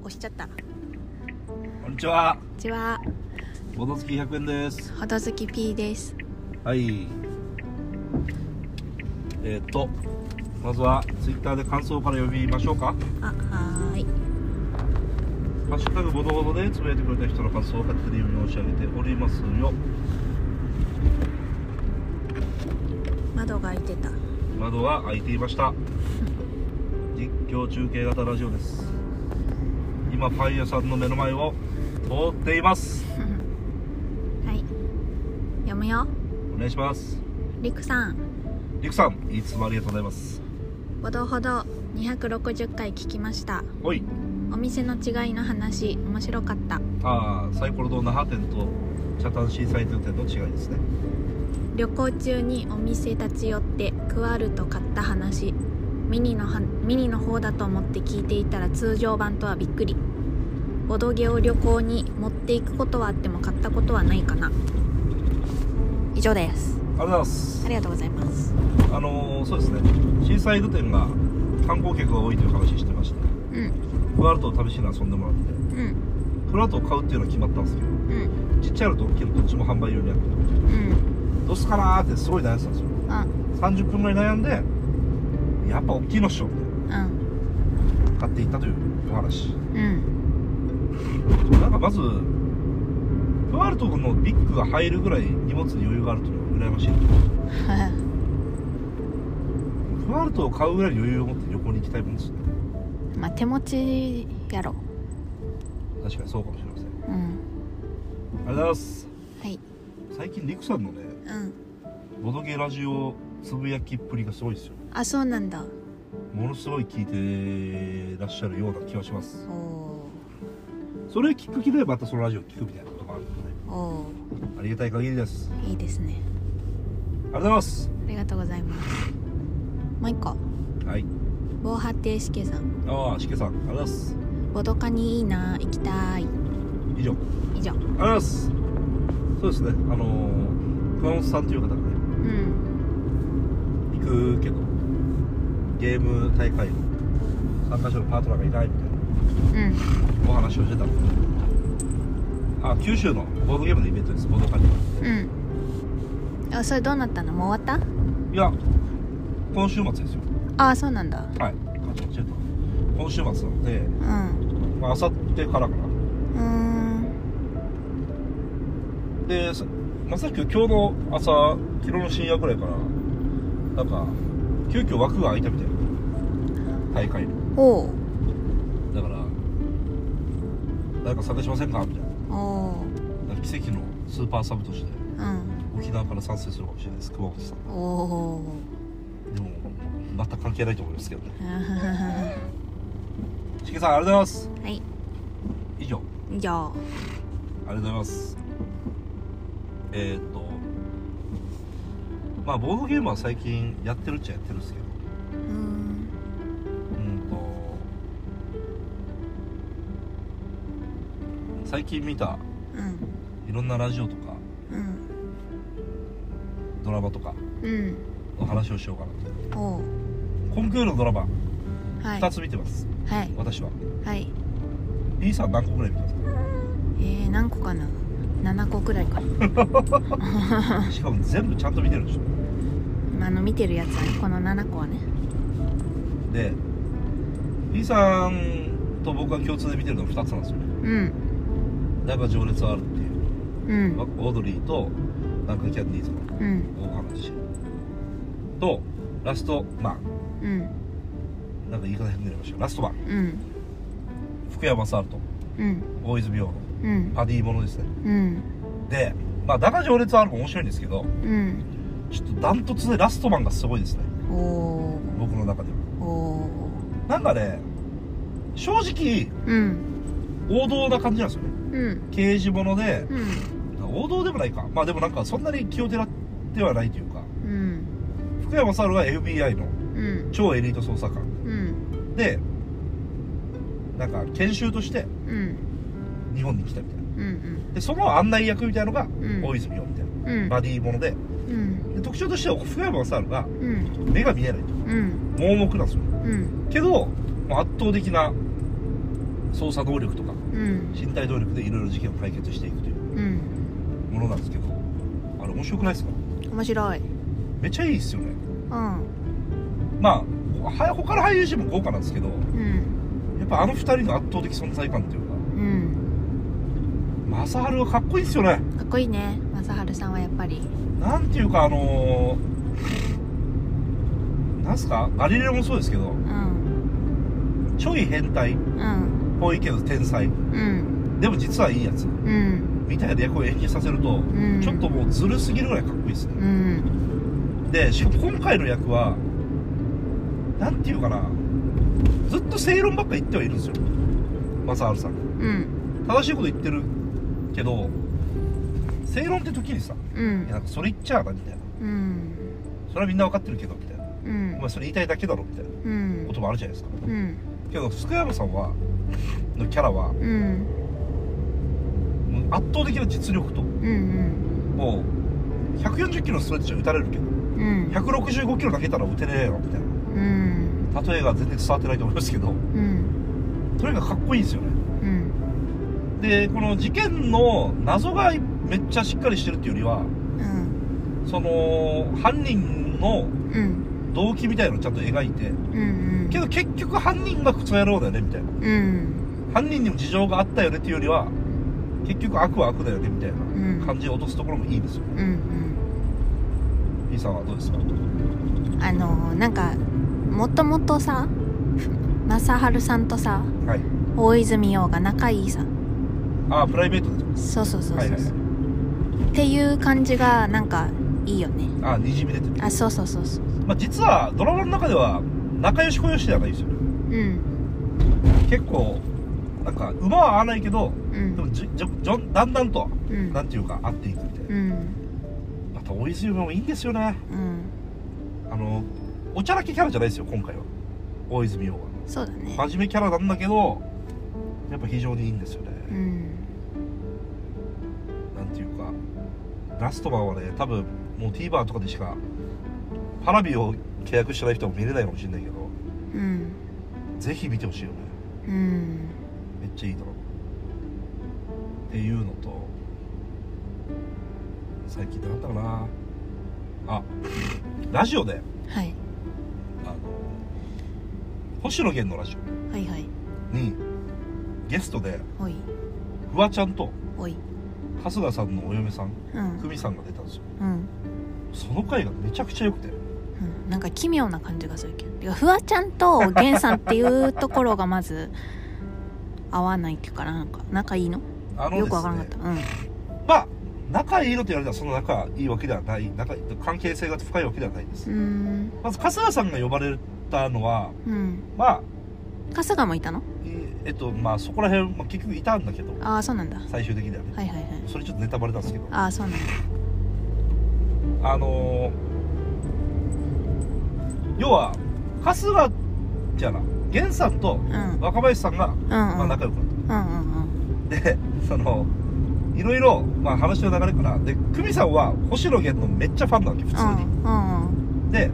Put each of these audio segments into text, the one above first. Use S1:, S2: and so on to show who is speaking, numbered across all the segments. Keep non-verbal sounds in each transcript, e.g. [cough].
S1: 押しちゃったこ
S2: こんにちは。
S1: んにちは
S2: ボド付き100円です。
S1: ほどずき P です
S2: はい。えっ、と、まずはツイッターで感想から呼びましょうか。
S1: あはーい
S2: ハッシュタグボドボドでつぶやいてくれた人の感想を勝手に申し上げておりますよ。
S1: 窓が開いてた [laughs]
S2: 窓は開いていました。実況中継型ラジオです。今パン屋さんの目の前を通っています。
S1: はい読むよ
S2: お願いします。
S1: りくさん
S2: りくさん、いつもありがとうございます。
S1: ほどほど260回聞きました
S2: おい、
S1: お店の違いの話面白かった
S2: ああ、サイコロ堂那覇店と北谷シーサイト店の違いですね。
S1: 旅行中にお店立ち寄ってクワルト買った話ミニのはミニの方だと思って聞いていたら通常版とはびっくりボドゲを旅行に持っていくことはあっても買ったことはないかな以上です
S2: ありがとうございます
S1: あ。りがとうございます
S2: あのーそうですねシーサイド店が観光客が多いという話してまして
S1: うん
S2: クワルトを試しに遊んでもらって
S1: うん
S2: クワルトを買うっていうのは決まったんですけ
S1: うん
S2: どちっちゃいのと大きいのどっちも販売用にあって
S1: うん
S2: どうすかなーってすごい悩んでたんですよ
S1: あ
S2: 30分ぐらい悩んでやっぱ大きいのっしょって
S1: うん
S2: 買っていったというお話
S1: うん [laughs]
S2: なんかまずクワルトのビッグが入るぐらい荷物に余裕があるというのは羨ましいクワルトを買うぐらい余裕を持って旅行に行きたいもんですね
S1: まあ手持ちやろ
S2: 確かにそうかもしれませんあ
S1: うん
S2: りがとうございます
S1: はい
S2: 最近リクさんのね
S1: うん
S2: ボドゲラジオつぶやきっぷりがすごいですよ
S1: あそうなんだ
S2: ものすごい聞いてらっしゃるような気がします
S1: おお
S2: それをきっかけでまたそのラジオを聞くみたいなことがあるので
S1: ーお
S2: ありがたい限りです
S1: ーいいですね
S2: ありがとうございます
S1: ありがとうございます。もう一個、
S2: はい
S1: 防波堤しけさん、
S2: ああしけさんありがとうございます
S1: ボドカにいいな、行きたい。
S2: 以上ありがと
S1: 以上。
S2: うございますそうですねあのー、熊本さんという方が
S1: う
S2: ね
S1: ん、
S2: 行くけどゲーム大会の参加者のパートナーがいないみたい
S1: うん、
S2: なお話をしてたのであ九州のボードゲームのイベントですボードカニ
S1: うん。あ、それどうなったの、もう終わっ
S2: いや今週末ですよ
S1: た。あ、そうなんだ。
S2: はい今週末なので
S1: うん、
S2: まあ明後日からかな
S1: うーん、
S2: でさまさき今日の朝昨日の深夜くらいからなんか急遽枠が空いたみたいな大会の
S1: おう、
S2: だから誰か参加しませんかみたい
S1: おおう、
S2: ななんか奇跡のスーパーサブとして
S1: うん、
S2: 沖縄から参戦するかもしれないです熊本さん
S1: おおう。
S2: でも全く関係ないと思いますけどね
S1: は
S2: しけさんありがとうございます
S1: い、
S2: 以上
S1: 以上。
S2: ありがとうございますえーっとまあボードゲームは最近やってるっちゃやってるんですけど
S1: うん、
S2: うんと最近見た
S1: うん、
S2: いろんなラジオとか
S1: うん、
S2: ドラマとか
S1: うん、
S2: の話をしようかなと
S1: おう。
S2: コンクールのドラマ
S1: はい
S2: 2、つ見てます、
S1: はい、
S2: 私は
S1: はい。
S2: B さん何個ぐらい見てます
S1: えー、何個かな。七個くらいかな。
S2: かしかも全部ちゃんと見てるでしょ
S1: あの見てるやつはね、この七個はね。
S2: で B さんと僕が共通で見てるのは2つなんですよね
S1: うん、
S2: だから情熱はあるっていう
S1: うん
S2: ま。オードリーとなんかキャンディーズの
S1: うん
S2: お話とラストマン
S1: うん
S2: なんか言い方変になりましたけどラストマン
S1: うん
S2: 福山雅治と
S1: うん
S2: 大泉洋の
S1: うん
S2: パディものですね
S1: うん
S2: でまあだが情熱はあるも面白いんですけど
S1: うん
S2: ちょっとダントツでラストマンがすごいですね
S1: おー
S2: 僕の中では
S1: お
S2: なんかね正直
S1: ーうん
S2: 王道な感じなんですよね
S1: うん
S2: 刑事もので
S1: うん
S2: 王道でもないかまあでもなんかそんなに気をてらってはないというか
S1: うん
S2: 福山雅治は FBI の
S1: うん
S2: 超エリート捜査
S1: う
S2: 官
S1: ん
S2: でなんか研修として
S1: うん
S2: 日本に来たみたいな
S1: うんうん
S2: でその案内役みたいなのが
S1: ん
S2: 大泉洋みたいな、
S1: うん
S2: バディーもので
S1: うん
S2: で特徴としては福山雅治が
S1: うん
S2: 目が見えないと
S1: うん
S2: 盲目なんですよ
S1: うん
S2: けど、まあ圧倒的な操作能力とか
S1: うん
S2: 身体能力でいろいろ事件を解決していくという
S1: うん
S2: ものなんですけどあれ面白くないですか
S1: 面白い
S2: めっちゃいいっすよね
S1: うん
S2: まあは他の俳優陣も豪華なんですけど
S1: うん
S2: やっぱあの二人の圧倒的存在感っていうか
S1: うん
S2: 正治はかっこいいっすよね
S1: かっこいいね正治さんはやっぱり
S2: なんていうかあのー、なんすかガリレオもそうですけど
S1: うん
S2: ちょい変態っ
S1: うん
S2: ぽいけど天才
S1: うん
S2: でも実はいいやつ
S1: うん
S2: みたいな役を演じさせると、
S1: ん
S2: ちょっともうずるすぎるぐらいかっこいいですね
S1: うん
S2: でしかも今回の役はなんていうかなずっと正論ばっか言ってはいるんですよ正治さん
S1: うん
S2: 正しいこと言ってるけど正論って時にさ「
S1: う
S2: いや
S1: ん
S2: なんかそれ言っちゃうな」みたいな
S1: うん
S2: 「それはみんなわかってるけど」みたいな
S1: う
S2: 「お
S1: ん
S2: 前それ言いたいだけだろ」みたいな
S1: うん
S2: こともあるじゃないですか
S1: うん
S2: けど福山さんはのキャラはも
S1: うん
S2: う圧倒的な実力と
S1: うん
S2: もう140キロのストレッチを打たれるけど
S1: うん
S2: 165キロ投げたら打てねえよみたい
S1: うん
S2: な例えが全然伝わってないと思いますけど
S1: うん
S2: とにかくかっこいいんですよね
S1: うん
S2: でこの事件の謎がめっちゃしっかりしてるっていうよりは
S1: うん
S2: その犯人の
S1: うん
S2: 動機みたいのをちゃんと描いて
S1: うん
S2: けど結局犯人がクソ野郎だよねみたいな
S1: うん
S2: 犯人にも事情があったよねっていうよりは結局悪は悪だよねみたい
S1: ん
S2: な感じを落とすところもいいですよ
S1: うんうん
S2: B さんはどうですか
S1: あのなんかもともとさ正治さんとさ
S2: はい
S1: 大泉洋が仲いいさ
S2: ああプライベートですか
S1: そうそうそうそう、
S2: はいはいはい
S1: っていう感じがなんかいいよね
S2: ああにじみ出てて、
S1: あそうそうそうそう
S2: まあ、実はドラマの中では仲良し小良しではないですよ
S1: うん
S2: 結構なんか馬は合わないけど
S1: う
S2: でも
S1: ん
S2: じじじょだんだんと
S1: うん
S2: なんていうか合っていくみたいな
S1: うん
S2: また大泉洋もいいんですよね
S1: うん
S2: あのおちゃらけキャラじゃないですよ今回は大泉洋は
S1: そうだね
S2: 真面目キャラなんだけどやっぱ非常にいいんですよね、
S1: うん
S2: なんていうかラストマンはね多分もう TVer とかでしかパラビを契約してない人も見れないかもしれないけど
S1: うん
S2: ぜひ見てほしいよね
S1: うん
S2: めっちゃいいドラマっていうのと最近なかったかなあラジオで
S1: はい
S2: あの星野源のラジ
S1: はいはい
S2: オにゲストで
S1: おい
S2: フワちゃんと
S1: おい
S2: 春日さんのお嫁さん
S1: うん
S2: 久美さんが出たんですよ
S1: うん
S2: その回がめちゃくちゃ良くて
S1: うんなんか奇妙な感じがするけどてかフワちゃんとゲンさんっていうところがまず合わないっていうかなんか仲いいの
S2: あの
S1: よくわからなかったうん
S2: まあ仲いいのと言われたらその仲いいわけではない仲いい関係性が深いわけではないです
S1: うーん
S2: まず春日さんが呼ばれたのは
S1: うん
S2: まあ
S1: 春日もいたの
S2: ええっとまあそこら辺、まあ、結局いたんだけど
S1: ああそうなんだはい
S2: 最終的にはね
S1: はいはい
S2: それちょっとネタバレなんですけど
S1: ああそうなんだ
S2: あのー要は春日じゃな源さんと
S1: うん
S2: 若林さんが、
S1: うんうん
S2: まあ、仲良くなっ
S1: うんうん
S2: たでそのいろいろ、まあ、話の流れからで久美さんは星野源のめっちゃファンなわけ普通
S1: うん
S2: に、
S1: うん
S2: で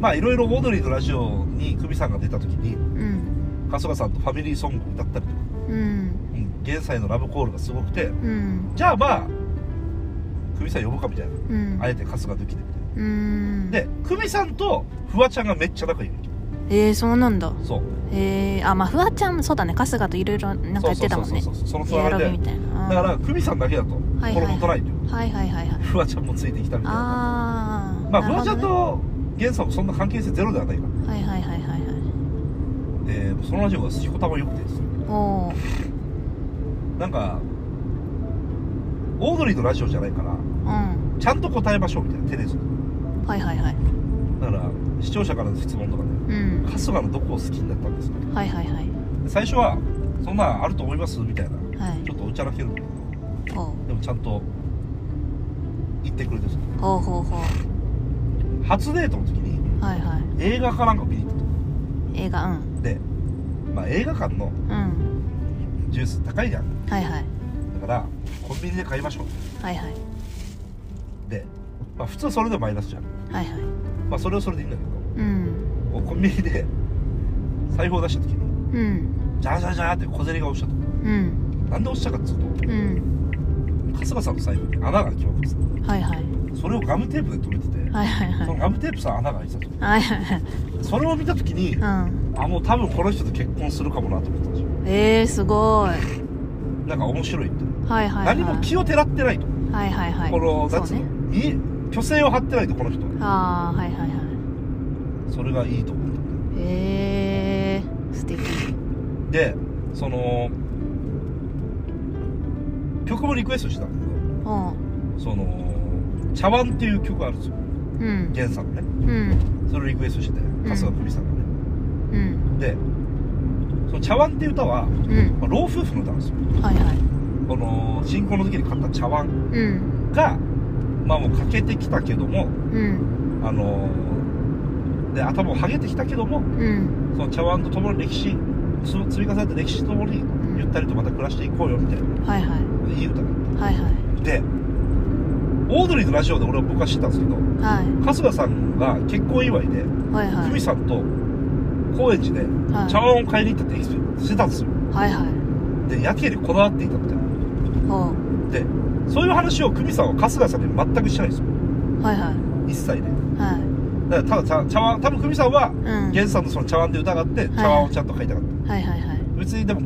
S2: まあいろいろオードリーのラジオに久美さんが出た時に
S1: うん
S2: 春日さんとファミリーソングを歌ったりとか、
S1: うん
S2: うん、現在のラブコールがすごくて
S1: うん
S2: じゃあまあ久美さん呼ぶかみたいな
S1: うんうん
S2: あえて春日抜きでみた
S1: う
S2: い
S1: ん
S2: なで久美さんとフワちゃんがめっちゃ仲いいわ
S1: えー、そうなんだ
S2: けそう
S1: えー、あまあフワちゃんもそうだね春日といろいろなんかやってたもんね
S2: そうそうそうそうそ
S1: エアロ
S2: のつなが
S1: ビ
S2: り
S1: み
S2: で
S1: たいな
S2: だ
S1: あー
S2: から久美さんだけだと
S1: はい
S2: 心もとないという、
S1: はいはいはいはい
S2: フワちゃんもついてきたみたいな
S1: ああ
S2: まあフワちゃんと源さんもそんな関係性ゼロではないか
S1: はいはいはいはいはい
S2: らでそのラジオがしこたま良くてですね
S1: おー
S2: なんかオードリーのラジオじゃないから
S1: うん
S2: ちゃんと答えましょうみたいなテレビ
S1: はいはいはい
S2: だから視聴者からの質問とかね
S1: うん
S2: 春日のどこを好きになったんですか
S1: はいはいはい
S2: で最初はそんなんあると思いますみたいな
S1: はい
S2: ちょっとおちゃらけるんだけど
S1: ほ
S2: でもちゃんと言ってくれてさ
S1: うほうほうほ
S2: 初デートの時に
S1: うはいは
S2: 映画かなんか見に行ったと
S1: い映画うん
S2: で、まあ、映画館の
S1: うん
S2: ジュース高いじゃん
S1: はいはい
S2: だからコンビニで買いましょう
S1: はいはい
S2: で、まあ、普通はそれでマイナスじゃん、
S1: はいはい
S2: まあ、それはそれでいいんだけど
S1: うん
S2: もうコンビニで財布を出した時に
S1: うん
S2: ジャラジャラジャラって小競りが落ちちゃっ
S1: うん
S2: たなんで落ちたかっつうと
S1: うん
S2: 春日さんの財布に穴が開きまくって
S1: はいはい
S2: たそれをガムテープで留めてて、
S1: はいはい
S2: そ
S1: は
S2: の
S1: い
S2: ガムテープさん穴が開いてたと
S1: はいはいはい
S2: それを見た時に、
S1: うん
S2: あもう多分この人と結婚するかもなと思ったんですよ
S1: えー、すごい
S2: なんか面白いって、
S1: はいはいはい
S2: 何も気をてらってないと、
S1: はいはいはい
S2: この
S1: そ
S2: 雑
S1: うね
S2: に虚勢を張ってないとこの人は
S1: ああはいはいはい
S2: それがいいと思っ
S1: えー、素敵
S2: たでその曲もリクエストしてたんだけ
S1: うん
S2: どその「茶碗」っていう曲あるんですよ
S1: うん
S2: 源さんのね
S1: うん
S2: それをリクエストしてて春日久美さんがね、
S1: うん
S2: でその「茶碗」っていう歌は、
S1: うん
S2: まあ老夫婦の歌なんですよ
S1: はいはい
S2: この新婚の時に買った茶碗
S1: うん
S2: がまあもう欠けてきたけども
S1: うん
S2: あので頭もはげてきたけども
S1: うん
S2: その茶碗と共に歴史その積み重ねた歴史と共にゆったりとまた暮らしていこうよみたいな
S1: はいはい
S2: いい歌だ
S1: はいはい
S2: でオードリーのラジオで俺は僕は知ったんですけど
S1: はい
S2: 春日さんが結婚祝いで
S1: はいは
S2: 久美
S1: い
S2: さんと高円寺で
S1: はい
S2: 茶碗を買いに行ったってエキスしてたんですよ
S1: はいはい
S2: でやけにこだわっていたみたいな
S1: おう
S2: でそういう話を久美さんは春日さんに全くしてないんですよ
S1: はいはい
S2: 一切ね
S1: はい
S2: だからただ茶茶碗多分久美さんは
S1: うん
S2: 源さんのその茶碗で疑って茶碗をちゃんと買いたかっ
S1: はいはいはい
S2: た別にでも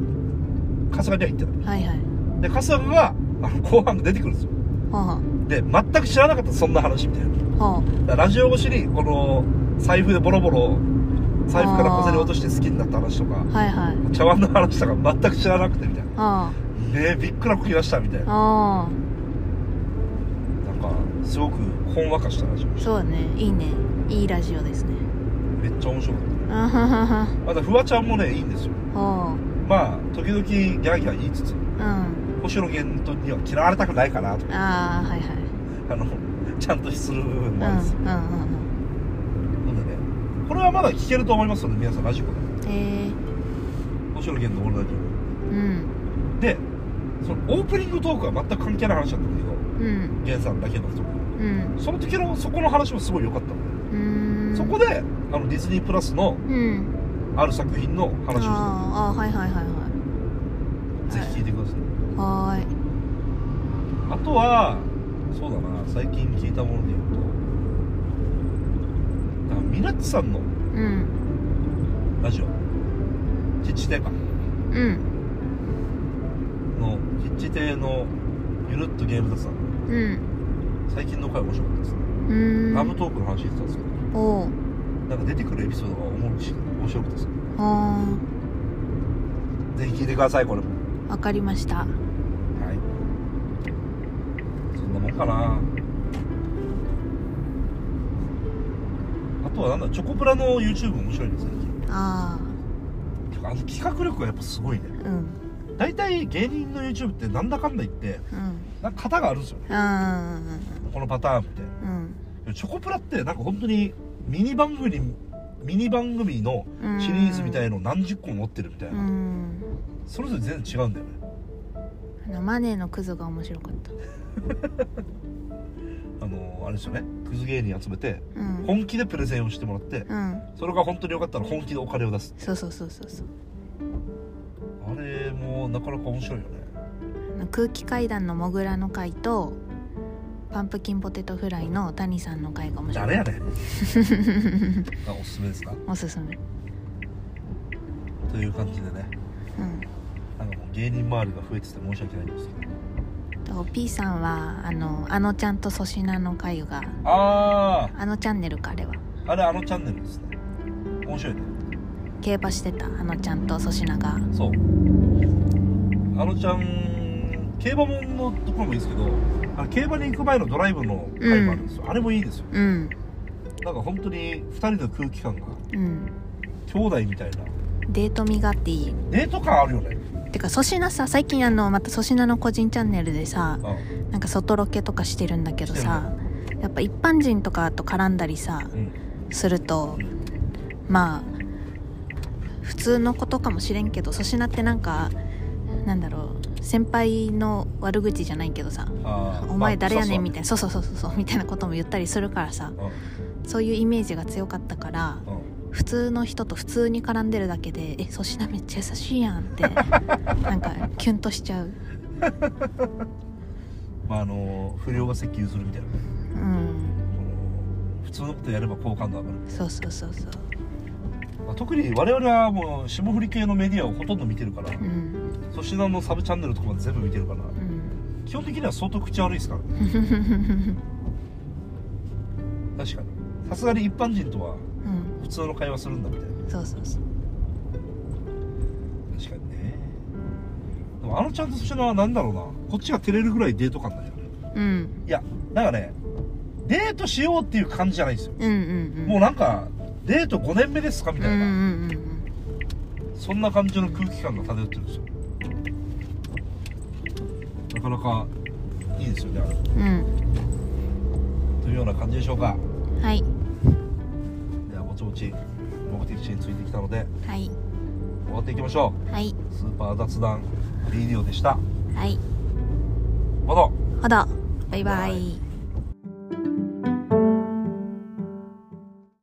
S2: 春日には言ってない
S1: はいはい
S2: で春日があの後半で出てくるんですよ
S1: ほう
S2: で全く知らなかったそんな話みたいな
S1: ほう
S2: だからラジオ越しにこの財布でボロボロ財布から小銭落として好きになった話とか
S1: はいはい
S2: 茶碗の話とか全く知らなくてみたいな
S1: あ
S2: ねえびっくらこきましたみたい
S1: あ
S2: な
S1: あ
S2: なんかすごくほんわかした話
S1: あそうだねいいねいいラジオですね
S2: めっちゃ面白かっ
S1: あははは
S2: たまたフワちゃんもねいいんですよ
S1: ほ
S2: まあ時々ギャーギャー言いつつ
S1: ううん
S2: 星野源には嫌われたくないかなとか
S1: ああはいはい
S2: あのちゃんとする部分
S1: うん
S2: もあるんですよ、
S1: うん
S2: なのでねこれはまだ聞けると思いますので皆さんラジコで
S1: うんうんえ
S2: 星野源の「オールナイトニッポン」
S1: ー、うん
S2: でそのオープニングトークは全く関係ない話なんだけど
S1: うん
S2: 源さんだけのとこ
S1: うん
S2: その時のそこの話もすごい良かったの、
S1: うーん
S2: そこであのディズニープラスの
S1: うん
S2: ある作品の
S1: あ
S2: 話を
S1: あああはいはいはいは
S2: してぜひ聞いてください、
S1: いはーい
S2: あとはそうだな最近聞いたもので言うとあミラッチさんの
S1: うん
S2: ラジオキッチ亭か
S1: うん
S2: のキッチ亭のゆるっとゲーム雑談
S1: うん
S2: 最近の回面白かったですね
S1: うーん
S2: ラブトークの話してたんですけど
S1: おう
S2: なんか出てくるエピソードが面白く面白くてさ
S1: あ
S2: ぜひ聞いてくださいこれも
S1: ーわかりました
S2: はいそんなもんかなあとはなんだチョコプラの YouTube も面白いね最近
S1: あ
S2: てかあの企画力がやっぱすごいね
S1: あうん
S2: 大体芸人の YouTube ってなんだかんだ言って
S1: うん
S2: なんか型があるんですよね
S1: あ
S2: このパターンって
S1: ーうん
S2: でもチョコプラってなんか本当にミニ番組にミニ番組の
S1: うん
S2: シリーズみたいのを何十個も持ってるみたいうな、
S1: ん
S2: それぞれ全然違うんだよね
S1: あのマネーのクズが面白かった
S2: あのあれですよねクズ芸人集めて
S1: うん
S2: 本気でプレゼンをしてもらって
S1: うん
S2: それが本当に良かったら本気でお金を出す
S1: そうそうそうそうそう
S2: あれもなかなか面白いよね
S1: あの空気階段のモグラの回とパンプキンポテトフライの谷さんの回が面白い
S2: 誰やねんあおすすめですか
S1: おすすめ
S2: という感じでね
S1: うん
S2: なんかもう芸人周りが増えてて申し訳ないんですけど
S1: と P さんはあのあのちゃんと粗品の回が
S2: あ
S1: あのチャンネルかあれは
S2: ああれあのチャンネルですね面白いね
S1: 競馬してたあのちゃんと粗品が
S2: そうあのちゃん競馬もんのところもいいですけどあ競馬に行く前のドライブの回もあるんですよ、あれもいいですよ
S1: うん
S2: なんか本当に2人の空気感が
S1: うん
S2: 兄弟みたいな
S1: デート味があっていい
S2: デート感あるよね
S1: てか粗品さ最近あのまた粗品の個人チャンネルでさ
S2: う
S1: なんか外ロケとかしてるんだけどさやっぱ一般人とかと絡んだりさ
S2: ん、うん、
S1: するとまあ普通のことかもしれんけど粗品ってなんかなんだろう先輩の悪口じゃないけどさ
S2: あ
S1: 「
S2: ー
S1: お前誰やねん」みた
S2: い
S1: いな「そうそうそうそう」みたいなことも言ったりするからさ
S2: な、うん
S1: そういうイメージが強かったから
S2: うん
S1: 普通の人と普通に絡んでるだけで「え粗品めっちゃ優しいやん」って
S2: [laughs]
S1: なんかキュンとしちゃう
S2: まああの不良が接近するみたいなね
S1: うん
S2: この普通のことやれば好感度上がる、
S1: そうそうそうそう
S2: まあ、特に我々はもう霜降り系のメディアをほとんど見てるから
S1: うん
S2: 粗品のサブチャンネルとかまで全部見てるから
S1: うん
S2: 基本的には相当口悪いですからね
S1: うん
S2: 確かにさすがに一般人とは普通の会話するんだみたいな
S1: そうそうそう
S2: 確かにねでもあのちゃんと粗品は何だろうなこっちが照れるぐらいデート感だよね
S1: うん
S2: いやなんかねデートしようっていう感じじゃないんですよ
S1: うんうんうん
S2: もうなんかデート5年目ですかみ
S1: うんう
S2: たいな、
S1: んうんうん
S2: そんな感じの空気感が漂ってるんですよなかなかいいですよねあれ
S1: うん
S2: というような感じでしょうか
S1: はい
S2: ではぼちぼち目的地についてきたので
S1: はい
S2: 終わっていきましょ
S1: はいう
S2: スーパー雑談ビデオでし
S1: は
S2: た
S1: い
S2: また
S1: ほどバイバイ